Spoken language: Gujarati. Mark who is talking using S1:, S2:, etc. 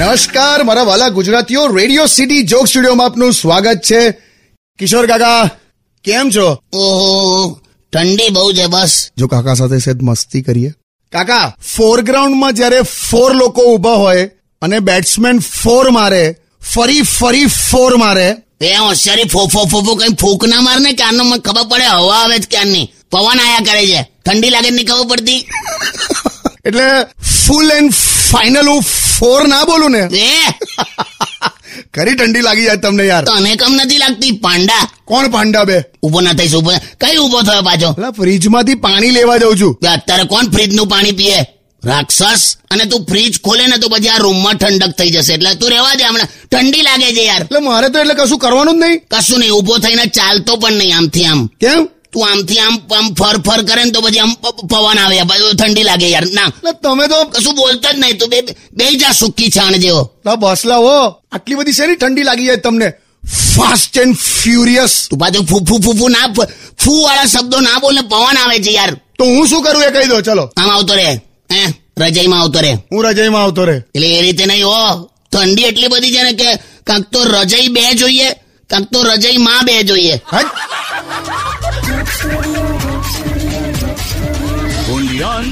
S1: નમસ્કાર મારા વાલા ગુજરાતીઓ રેડિયો સિટી જોક સ્ટુડિયોમાં આપનું સ્વાગત છે કિશોર કાકા કેમ છો
S2: ઓહો ઠંડી બહુ છે બસ
S1: જો કાકા સાથે સેદ મસ્તી કરીએ કાકા ફોરગ્રાઉન્ડમાં જ્યારે ફોર લોકો ઊભા હોય અને બેટ્સમેન ફોર મારે ફરી ફરી ફોર મારે
S2: એ હોશિયારી ફોફો ફોફો કઈ ફૂંક ના માર ને ક્યારનો મને ખબર પડે હવા આવે છે ક્યારની પવન આયા કરે છે ઠંડી લાગે નહીં ખબર પડતી
S1: એટલે ફૂલ એન્ડ ફાઇનલ હું ફોર ના બોલું ને
S2: એ
S1: ખરી ઠંડી લાગી જાય તમને યાર
S2: તને કમ નથી લાગતી પાંડા
S1: કોણ પાંડા બે
S2: ઉભો ના થઈશ ઉભો કઈ ઉભો થયો પાછો
S1: અલા ફ્રીજમાંથી પાણી લેવા જાઉં છું
S2: બે અત્યારે કોણ ફ્રીજ નું પાણી પીએ રાક્ષસ અને તું ફ્રીજ ખોલે ને તો પછી આ રૂમમાં ઠંડક થઈ જશે એટલે તું રહેવા દે હમણાં ઠંડી લાગે છે યાર
S1: એટલે મારે તો એટલે કશું કરવાનું જ નહીં
S2: કશું નહીં ઉભો થઈને ચાલતો પણ નહીં આમથી આમ
S1: કેમ
S2: તું આમથી આમ આમ ફર ફર કરે ને તો પછી આમ પ- પવન આવે પછી ઠંડી લાગે યાર ના
S1: એટલે તમે તો
S2: કશું બોલતો જ નહીં તું બે બે જા સુકી છાણ જેવો
S1: અલા બસલા હો આટલી બધી શેની ઠંડી લાગી જાય તમને ફાસ્ટ એન્ડ ફ્યુરિયસ
S2: તું પાછું ફૂફૂ ફૂફૂ ના ફ- ફૂ વાળા શબ્દો ના બોલ ને પવન આવે છે યાર
S1: તો હું શું કરું એ કહી દો ચલો
S2: આમ આવતો રે હે રજાઈમાં આવતો રે
S1: હું રજાઈમાં આવતો રે
S2: એટલે એ રીતે નહીં હો ઠંડી એટલી બધી છે ને કે કાંક તો રજાઈ બે જોઈએ કાંક તો રજાઈ માં બે જોઈએ
S1: હટ.
S3: only on